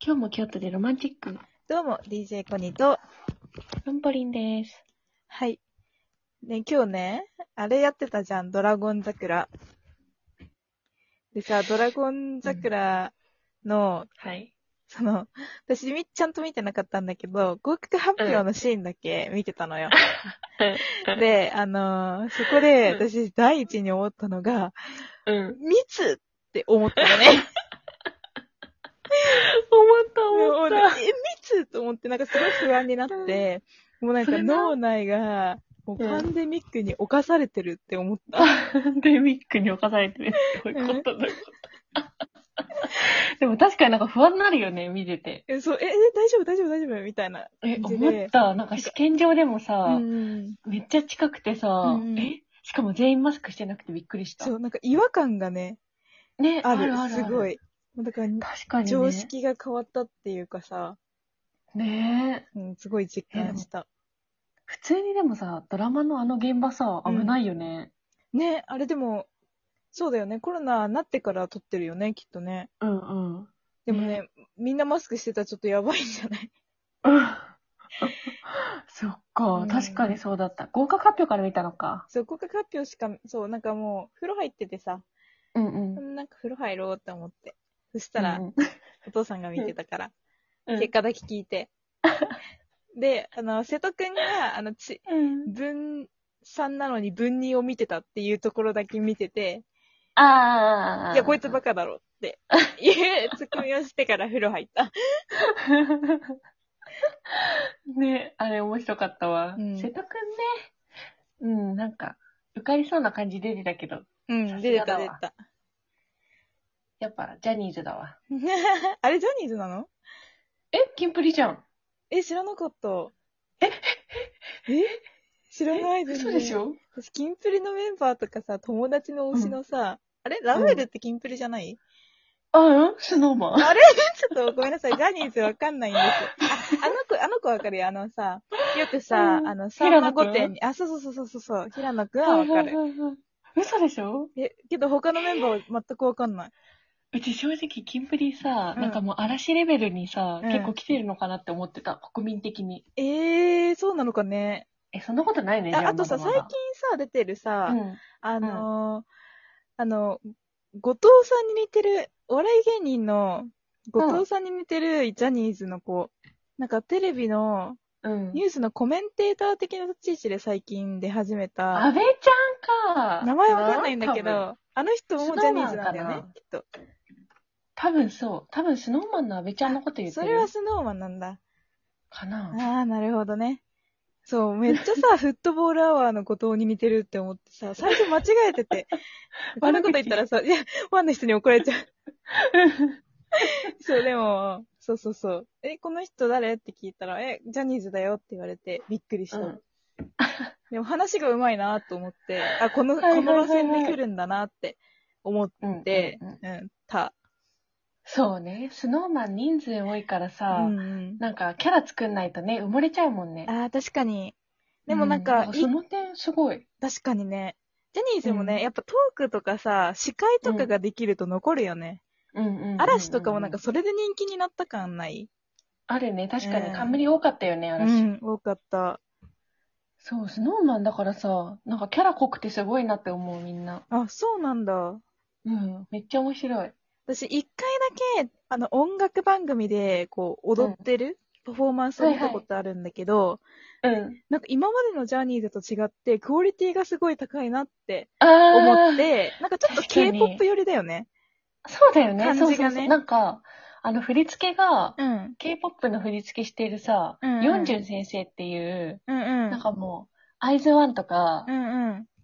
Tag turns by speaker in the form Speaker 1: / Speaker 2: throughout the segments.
Speaker 1: 今日も京都でロマンチック、
Speaker 2: どうも、DJ コニーと、
Speaker 1: ロンポリンです。
Speaker 2: はい。ね、今日ね、あれやってたじゃん、ドラゴン桜。でさ、ドラゴン桜の、
Speaker 1: はい。
Speaker 2: その、私み、ちゃんと見てなかったんだけど、合格発表のシーンだけ見て たのよ。
Speaker 1: うん
Speaker 2: で、あのーそこで、
Speaker 1: うん
Speaker 2: 私、第一に思ったのが、
Speaker 1: うん。思
Speaker 2: 密って思ったのね。
Speaker 1: った
Speaker 2: も
Speaker 1: 思
Speaker 2: う
Speaker 1: っ
Speaker 2: ね
Speaker 1: た。
Speaker 2: え、密と思って、なんかすごい不安になって、もうなん
Speaker 1: そ
Speaker 2: か
Speaker 1: れな
Speaker 2: 脳内が、もうパンデミックに侵されてるって思った。
Speaker 1: パンデミックに侵されてるって思ったんだけど。でも確かになんか不安になるよね、見てて。
Speaker 2: え、そう、え、え大丈夫、大丈夫、大丈夫、みたいな。
Speaker 1: え、
Speaker 2: 感じで
Speaker 1: 思った。なんか試験場でも
Speaker 2: う
Speaker 1: さ、
Speaker 2: ん。
Speaker 1: めっちゃ近くてさ、
Speaker 2: うんうん
Speaker 1: えしかも全員マスクしてなくてびっくりした
Speaker 2: そ。う、なんか違和感がね、
Speaker 1: ね、
Speaker 2: あ
Speaker 1: あ
Speaker 2: る
Speaker 1: るあ。る
Speaker 2: すご。い。もうだから、
Speaker 1: 確かにね。
Speaker 2: 常識が変わったっていうかさ、
Speaker 1: ねえ。
Speaker 2: うん、すごい実感した。
Speaker 1: 普通にでもさ、ドラマのあの現場さ、危ないよね。
Speaker 2: ね、あれでも、そうだよね、コロナになってから撮ってるよね、きっとね。
Speaker 1: うん、うん、うん。
Speaker 2: でもね、みんなマスクしてたらちょっとやばいんじゃない
Speaker 1: そっか、
Speaker 2: うん
Speaker 1: 確かにそうだった。合格発表から見たのか。
Speaker 2: そう、合格発表しか、そう、なんかもう、風呂入っててさ、
Speaker 1: うんうん。
Speaker 2: なんか風呂入ろうって思って。そしたら、お父さんが見てたから、
Speaker 1: うん、
Speaker 2: 結果だけ聞い て。で、あの、瀬戸くんが、あの、ち、
Speaker 1: うん。
Speaker 2: 分3なのに分2を見てたっていうところだけ見てて、
Speaker 1: ああ。
Speaker 2: いや、こいつバカだろって、いうツッコミをしてから風呂入った。
Speaker 1: ね、あれ面白かったわ。
Speaker 2: うん
Speaker 1: 瀬戸くんね。うん、なんか、受かりそうな感じ出てたけど、
Speaker 2: うん、出てた出てた。
Speaker 1: やっぱジャニーズだわ。
Speaker 2: あれ、ジャニーズなの
Speaker 1: え、キンプリじゃん。
Speaker 2: え、知らなかった。ええ知らないです
Speaker 1: 嘘でしょ
Speaker 2: 私、キンプリのメンバーとかさ、友達の推しのさ、あれラウエルってキンプリじゃない、
Speaker 1: あうん、スノーマ ン。
Speaker 2: あれちょっとごめんなさい。ジャニーズわかんないんですよ。ああの子、あの子わかるよ。あのさ、よくさ、
Speaker 1: うん
Speaker 2: あの、さん
Speaker 1: 平
Speaker 2: ま
Speaker 1: 野くん
Speaker 2: 御殿に、あ、そうそうそうそうそう、平野くんはわかる。
Speaker 1: はいはいはいはい嘘でしょ
Speaker 2: え、けど他のメンバーは全くわかんない。
Speaker 1: うち正直、キンプリさ、
Speaker 2: うん
Speaker 1: なんかもう嵐レベルにさ、
Speaker 2: うん
Speaker 1: 結構来てるのかなって思ってた、国民的に。
Speaker 2: えー、そうなのかね。
Speaker 1: え、そんなことないね。じゃ
Speaker 2: ああとさ、
Speaker 1: ま
Speaker 2: 最
Speaker 1: だま
Speaker 2: 近
Speaker 1: だ
Speaker 2: さ、出てるさ、
Speaker 1: うん。
Speaker 2: あのーあの、後藤さんに似てる、お笑い芸人の、後藤さんに似てるジャニーズの子、なんかテレビの、
Speaker 1: うん
Speaker 2: ニュースのコメンテーター的な立ち位置で最近出始めた。
Speaker 1: 安倍ちゃんか。
Speaker 2: 名前わかんないんだけ
Speaker 1: 多分。
Speaker 2: ど、あの人もジャニーズなんだ
Speaker 1: スノーマン
Speaker 2: よね
Speaker 1: かな、
Speaker 2: きっと。
Speaker 1: 多分そう。多分スノーマンの安倍ちゃんのこと言ってる。
Speaker 2: それはスノーマンなんだ。
Speaker 1: か
Speaker 2: あ
Speaker 1: な。
Speaker 2: あ、なるほどね。そう、めっちゃさ、 フットボールアワーの後藤に似てるって思ってさ、最初間違えて て。あんなこと言ったらさ、いや、ファンの人に怒られちゃう。 そう、でも、そうそうそう。え、この人誰って聞いたら、え、ジャニーズだよって言われて、びっくりした。
Speaker 1: うん
Speaker 2: でも話が上手いなと思って、あ、この、
Speaker 1: はいはい
Speaker 2: こ
Speaker 1: はいはい
Speaker 2: の路線で来るんだなって思っ
Speaker 1: うん。
Speaker 2: て、
Speaker 1: う
Speaker 2: うんん
Speaker 1: うん、
Speaker 2: た。
Speaker 1: そうね。スノーマン人数多いから
Speaker 2: う
Speaker 1: さ、
Speaker 2: んうん。
Speaker 1: なんかキャラ作んないとね、埋もれちゃうもんね。
Speaker 2: ああ、確かに。でもなんか、
Speaker 1: う
Speaker 2: い
Speaker 1: その点すごい。
Speaker 2: 確かにね。ジャニーズも
Speaker 1: う
Speaker 2: ね、
Speaker 1: ん
Speaker 2: やっぱトークとかさ、司会とかができると残るよね。
Speaker 1: うんうんうんうん
Speaker 2: 嵐とかもなんかそれで人気になった感ない、
Speaker 1: あるね。確かに
Speaker 2: うん
Speaker 1: 冠多かったよね、
Speaker 2: う
Speaker 1: 嵐。
Speaker 2: ん、多かった。
Speaker 1: そう、スノーマンだからさ、なんかキャラ濃くてすごいなって思う、みんな。
Speaker 2: あ、そうなんだ。
Speaker 1: うん。めっちゃ面白い。
Speaker 2: 私、一回だけ、あの、音楽番組で、こう、踊ってる、パフォーマンスを見たことあるんだけど、
Speaker 1: うん。
Speaker 2: なんか今までのジャニーズと違って、クオリティがすごい高いなって
Speaker 1: ああ。
Speaker 2: 思って、なんかちょっと
Speaker 1: 確かに
Speaker 2: K-POP 寄りだよね。
Speaker 1: そうだよね。
Speaker 2: 感じ
Speaker 1: そ
Speaker 2: が
Speaker 1: う
Speaker 2: ね
Speaker 1: そうそう。なんか、あの、振り付けが、
Speaker 2: うん。
Speaker 1: K-POP の振り付けしてるさ、
Speaker 2: うんうん
Speaker 1: ヨンジュン先生っていう、
Speaker 2: うんうん。
Speaker 1: なんかもう、アイズワンとか、
Speaker 2: うんうん。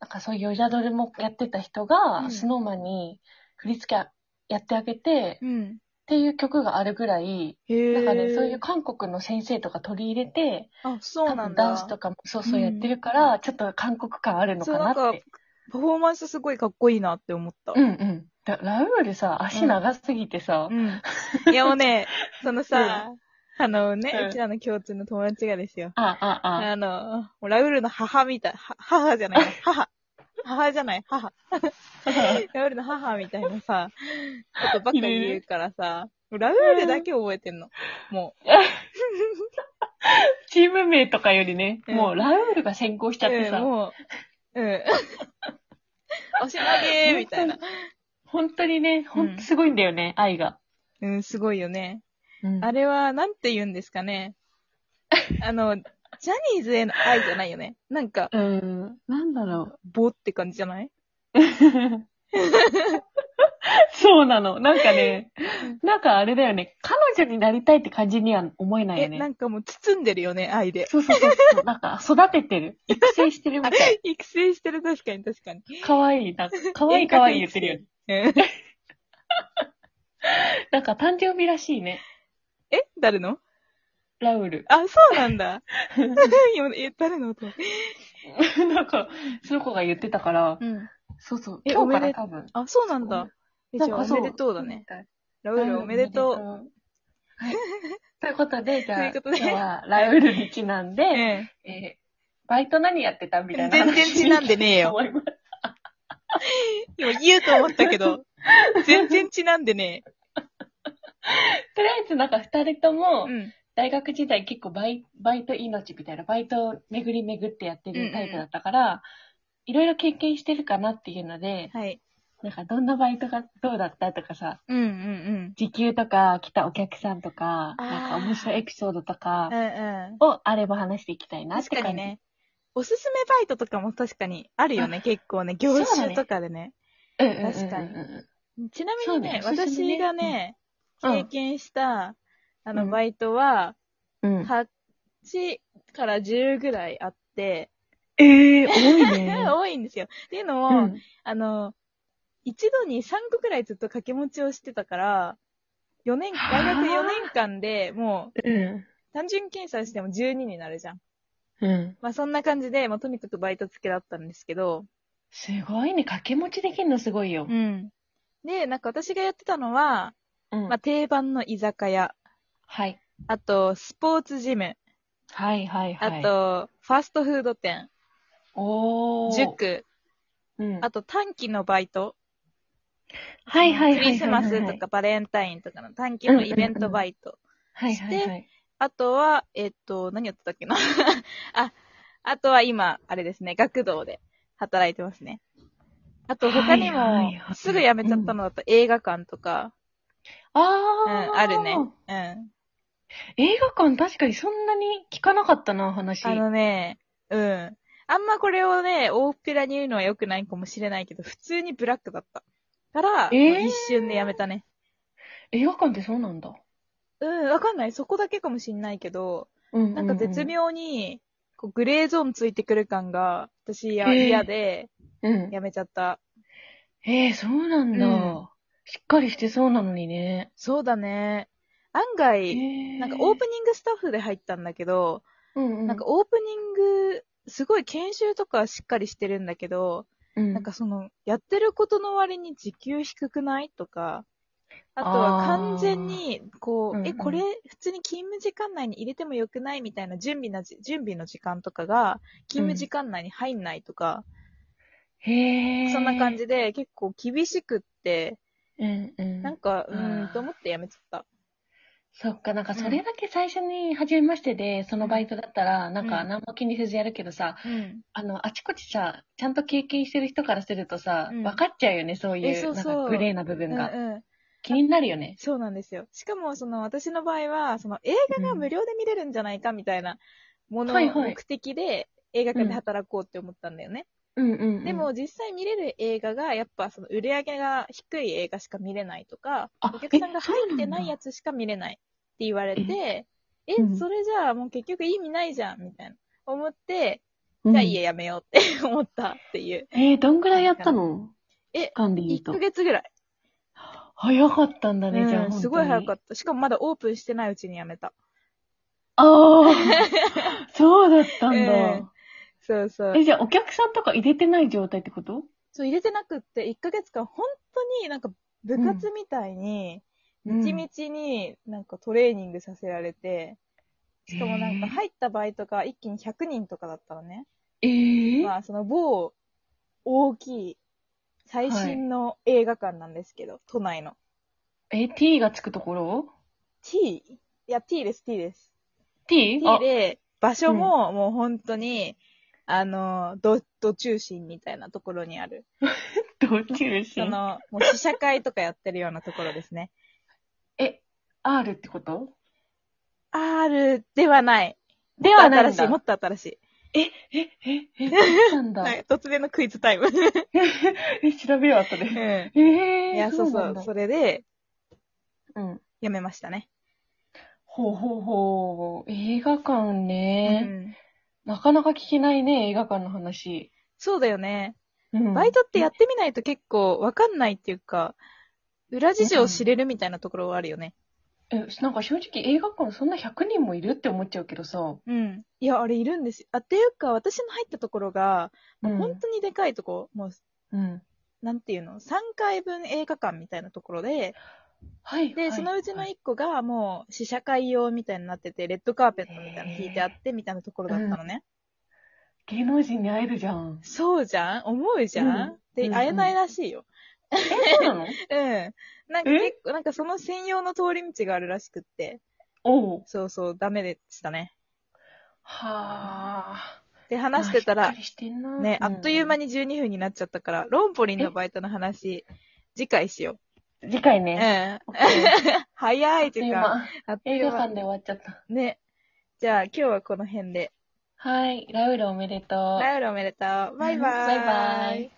Speaker 1: なんかそういうヨジャドルもやってた人が、
Speaker 2: うん
Speaker 1: スノーマンに振り付けやってあげて、っ
Speaker 2: うん。
Speaker 1: ていう曲があるぐらい、
Speaker 2: へえ。
Speaker 1: なんかね、そういう韓国の先生とか取り入れて、
Speaker 2: あ、そうな
Speaker 1: 多
Speaker 2: ん
Speaker 1: 分
Speaker 2: だ。
Speaker 1: ダンスとかもそうそうやってるから、ちょっと韓国感あるのかな
Speaker 2: そう
Speaker 1: っ
Speaker 2: なん
Speaker 1: て
Speaker 2: か。パフォーマンスすごいかっこいいなって思った。
Speaker 1: うんうん。だラウールさ、足長すぎてさ、
Speaker 2: うん。いやも うね、そのさ、あのね、
Speaker 1: うん
Speaker 2: うちらの共通の友達がですよ。
Speaker 1: ああ、ああ、
Speaker 2: あの、もうラウールの母みたい、は母じゃない、母。母じゃない母。ラウールの母みたいなさ、ことばっかり言うからさ、ラウールだけ覚えてんの。もう。
Speaker 1: チーム名とかよりね、
Speaker 2: うん
Speaker 1: もうラウールが先行しちゃってさ、
Speaker 2: うんも う、うん。おしまげーみたいな。
Speaker 1: 本当にね、ほんとすごいんだよね、愛が。
Speaker 2: うん、すごいよね。
Speaker 1: うん
Speaker 2: あれは、なんて言うんですかね。あの、ジャニーズへの愛じゃないよね。なんか、
Speaker 1: うん、なんだろ。
Speaker 2: ぼって感じじゃないう
Speaker 1: そうなの。なんかね、なんかあれだよね、彼女になりたいって感じには思えない
Speaker 2: え、
Speaker 1: よね
Speaker 2: な。んかもう包んでるよね、愛で。
Speaker 1: そうそうそうそう。なんか育ててる。育成してるみたい。
Speaker 2: 育成してる、確かに確かに。
Speaker 1: かわいい。なんか、かわいいかわいい言ってるよね。
Speaker 2: うん
Speaker 1: なんか誕生日らしいね。
Speaker 2: え誰の
Speaker 1: ラウ ル。
Speaker 2: あ、そうなんだ。今え、誰の音
Speaker 1: なんか、その子が言ってたから、
Speaker 2: うん。
Speaker 1: そうそう。今日
Speaker 2: え
Speaker 1: か
Speaker 2: お
Speaker 1: ら
Speaker 2: めで
Speaker 1: 多分。
Speaker 2: あ、そうなんだ。えじゃあ、
Speaker 1: なんか
Speaker 2: お
Speaker 1: そう
Speaker 2: めでとうだね。。ラウールおめでとう。
Speaker 1: う。はい。 ということで、じゃあ、
Speaker 2: という
Speaker 1: 今
Speaker 2: ことで
Speaker 1: 日はラウールにちなんで、
Speaker 2: え
Speaker 1: えーバイト何やってたみたい
Speaker 2: え。全
Speaker 1: な話。
Speaker 2: 然ちなんでねえよ。
Speaker 1: 思います
Speaker 2: 今言うと思ったけど、全然ちなんで ね
Speaker 1: とりあえずなんか二人と
Speaker 2: え。
Speaker 1: も
Speaker 2: う、ん。
Speaker 1: 大学時代結構バイバイト命みたいな、バイトを巡り巡ってやってるタイプだったから、いろいろ経験してるかなっていうので、
Speaker 2: はい。
Speaker 1: なんかどんなバイトがどうだったとかさ、
Speaker 2: うんうんうん。
Speaker 1: 時給とか来たお客さんとか、
Speaker 2: あー
Speaker 1: なんか面白いエピソードとか
Speaker 2: うんうん。
Speaker 1: をあれば話していきたいなって
Speaker 2: 確
Speaker 1: 感じ。
Speaker 2: かにね。おすすめバイトとかも確かにあるよね、結構ね。業
Speaker 1: そうだ
Speaker 2: 種
Speaker 1: ね
Speaker 2: とかでね。
Speaker 1: うんうんうんうん。
Speaker 2: 確かにちなみ
Speaker 1: そう
Speaker 2: に
Speaker 1: ね
Speaker 2: ね、
Speaker 1: おすすめね
Speaker 2: 私がね、
Speaker 1: うん
Speaker 2: 経験した、あ
Speaker 1: う
Speaker 2: の、
Speaker 1: ん
Speaker 2: バイトは、
Speaker 1: うん。
Speaker 2: 8から10ぐらいあって、
Speaker 1: ええー、多い ね。
Speaker 2: 多いんですよ。っていうの
Speaker 1: う
Speaker 2: も、
Speaker 1: ん。
Speaker 2: あの、一度に3個くらいずっと掛け持ちをしてたから、4年、
Speaker 1: はあ
Speaker 2: 大学4年間でもう
Speaker 1: う
Speaker 2: 単純計算しても12になるじゃん。
Speaker 1: ん。うん。
Speaker 2: まあそんな感じで、まあとにかくバイト付けだったんですけど、
Speaker 1: すごいね。掛け持ちできるのすごいよ
Speaker 2: う。ん。で、なんか私がやってたのは、
Speaker 1: うん
Speaker 2: まあ定番の居酒屋、
Speaker 1: はい。
Speaker 2: あとスポーツジム、
Speaker 1: はいはいはい。
Speaker 2: あ、とファストフード店、
Speaker 1: おー。
Speaker 2: 塾、
Speaker 1: うん。
Speaker 2: あと短期のバイト、
Speaker 1: はいはいはいはいはい。
Speaker 2: クリスマスとかバレンタインとかの短期のイベントバイト、
Speaker 1: はいはいはい。
Speaker 2: あとは、えっと、何やってたっけな あ、あとは今、あれですね、学童で働いてますね。あと他に
Speaker 1: はいは
Speaker 2: も
Speaker 1: いは、い
Speaker 2: すぐ辞めちゃったのだと映画館とか、
Speaker 1: あ
Speaker 2: うん、
Speaker 1: ー、
Speaker 2: あるね。うん。
Speaker 1: 映画館確かにそんなに聞かなかったな、話。
Speaker 2: あのね、うん。あんまこれをね、大っぴらに言うのは良くないかもしれないけど、普通にブラックだった。から、
Speaker 1: えー
Speaker 2: もう一瞬で辞めたね。
Speaker 1: 映画館ってそうなんだ。
Speaker 2: うん、わかんない。そこだけかもしんないけど、
Speaker 1: うんうう
Speaker 2: なんか絶。妙に、こうグレーゾーンついてくる感が、私や
Speaker 1: えー
Speaker 2: 嫌で、
Speaker 1: うん。
Speaker 2: 辞めちゃった。
Speaker 1: えー、そうなん
Speaker 2: う
Speaker 1: だ。しっかりしてそうなのにね。
Speaker 2: そうだね。案外、
Speaker 1: な
Speaker 2: なんかオープニングスタッフで入ったんだけど、
Speaker 1: ン
Speaker 2: なんか、オープニング、すごい研修とかはしっかりしてるんだけど、
Speaker 1: な
Speaker 2: なんか、その、やってることの割に時給低くないとか、あとは完全に、こ
Speaker 1: うんう
Speaker 2: う、
Speaker 1: ん
Speaker 2: え、これ、普通に勤務時間内に入れてもよくないみたいな準備なじ、準備の時間とかが、勤務時間内に入んないとか、
Speaker 1: へー
Speaker 2: そんな感。じで結構厳しくって、
Speaker 1: うんうん。
Speaker 2: なんか、う
Speaker 1: うん
Speaker 2: ーん、と思ってやめちゃった。
Speaker 1: そっか、なんかそれだけ最初に初めましてで、そのバイトだったら、なんか
Speaker 2: うん
Speaker 1: 何も気にせずやるけどさ、
Speaker 2: うん。
Speaker 1: あの、あちこちさ、ちゃんと経験してる人からするとさ、
Speaker 2: うん
Speaker 1: 分かっちゃうよね、そうい、
Speaker 2: えそうう
Speaker 1: なん
Speaker 2: そう
Speaker 1: かグレーな部
Speaker 2: う
Speaker 1: 分
Speaker 2: ん
Speaker 1: が。
Speaker 2: うん。
Speaker 1: 気になるよね。
Speaker 2: そうなんですよ。しかも、その、私の場合は、その、映画が無料で見れるんじゃないかみたいなものを
Speaker 1: はいはい
Speaker 2: 目的で、映画館で働こうって思ったんだよね。
Speaker 1: うんうんうん
Speaker 2: でも、、実際見れる映画が、やっぱ、その、売り上げが低い映画しか見れないとか、
Speaker 1: あ
Speaker 2: お客さんが
Speaker 1: えそうなんだ
Speaker 2: 入ってないやつしか見れないって言われて、え
Speaker 1: うん
Speaker 2: それじゃあ、もう結局意味ないじゃん、みたいな。思って、
Speaker 1: うん
Speaker 2: じゃあ家やめようって思ったっていう。
Speaker 1: えー、どんぐらいやったの
Speaker 2: え
Speaker 1: 期間で言う
Speaker 2: 1
Speaker 1: と
Speaker 2: ヶ。月ぐらい。
Speaker 1: 早かったんだね、じゃ
Speaker 2: う
Speaker 1: あ。
Speaker 2: んすごい早か
Speaker 1: った。
Speaker 2: った。しかもまだオープンしてないうちにやめた。
Speaker 1: ああ、そうだったんだ。
Speaker 2: うんそうそう。
Speaker 1: え、じゃあお客さんとか入れてない状態ってこと
Speaker 2: そう、入れてなくって、1ヶ月間、本当になんか部活みたいに、
Speaker 1: うん
Speaker 2: みちみちになんかトレーニングさせられて、しかもなんか
Speaker 1: い。
Speaker 2: 入ったバイトが一気に100人とかだったのね。
Speaker 1: えー、
Speaker 2: まあ、その某、大きい、最新の映画館なんですけど、都内の。
Speaker 1: え、t がつくところ
Speaker 2: T? いや、T です、T です。
Speaker 1: ?t?
Speaker 2: T
Speaker 1: あ、
Speaker 2: で、場所ももう本当に、あの、ど、ど中心みたいなところにある。
Speaker 1: どっちでし
Speaker 2: その、もう試写会とかやってるようなところです ね。
Speaker 1: え、R ってこと
Speaker 2: R ではない。
Speaker 1: ではない
Speaker 2: 新
Speaker 1: ん
Speaker 2: しい、も
Speaker 1: だ。
Speaker 2: っと新しい。
Speaker 1: え、え、え、え、そうなんだ。
Speaker 2: はい、突然のクイズタイム。
Speaker 1: え、調べよう、後で。
Speaker 2: う
Speaker 1: え
Speaker 2: ん。
Speaker 1: ー、
Speaker 2: いや、そうそ
Speaker 1: なん
Speaker 2: う
Speaker 1: だ。
Speaker 2: それで、
Speaker 1: うん。
Speaker 2: やめましたね。
Speaker 1: ほうほうほう。映画館
Speaker 2: う
Speaker 1: ね。
Speaker 2: ん。
Speaker 1: なかなか聞けないね、映画館の話。
Speaker 2: そうだよね。
Speaker 1: うん
Speaker 2: バイトってやってみないと結構わかんないっていうか、裏事情を知れるみたいなところはあるよね。
Speaker 1: え、なんか正直映画館そんな100人もいるって思っちゃうけどさ。
Speaker 2: うん。いや、あれいるんですよ。あ、っていうか、私の入ったところが、もう
Speaker 1: うん
Speaker 2: 本当にでかいとこ、もう、
Speaker 1: うん。
Speaker 2: なんていうの、3回分映画館みたいなところで、
Speaker 1: はい。
Speaker 2: で、そのうちの
Speaker 1: 1
Speaker 2: 1個がもう試写会用みたいになってて、レッドカーペットみたいなの引いてあって、みたいなところだったのね。
Speaker 1: 芸能人に会えるじゃん。
Speaker 2: そうじゃん思うじゃん、
Speaker 1: うん
Speaker 2: で、
Speaker 1: うん
Speaker 2: 会えないらしいよ。
Speaker 1: え、そうなの
Speaker 2: うん。なんか
Speaker 1: え
Speaker 2: 結構、なんかその専用の通り道があるらしくって、
Speaker 1: おう。
Speaker 2: そうそう、ダメでしたね。
Speaker 1: はあ。
Speaker 2: で、話してた
Speaker 1: まあ
Speaker 2: ら
Speaker 1: しっか、りしてんな
Speaker 2: ね、あっという間
Speaker 1: に。
Speaker 2: に12分になっちゃったから、ロンポリンのバイトの話、次回しよ
Speaker 1: 次回
Speaker 2: う。う
Speaker 1: ね。
Speaker 2: ん。
Speaker 1: オッケー
Speaker 2: 早
Speaker 1: あ
Speaker 2: い
Speaker 1: っと
Speaker 2: 時
Speaker 1: いう
Speaker 2: 間。
Speaker 1: 間。
Speaker 2: あっとい
Speaker 1: 映画
Speaker 2: う間
Speaker 1: 館。で終わっちゃった。
Speaker 2: ね。じゃあ、今日はこの辺で。
Speaker 1: はい。ラウールおめでとう。
Speaker 2: ラウルおめでとう。バイバーイ。
Speaker 1: バイバーイ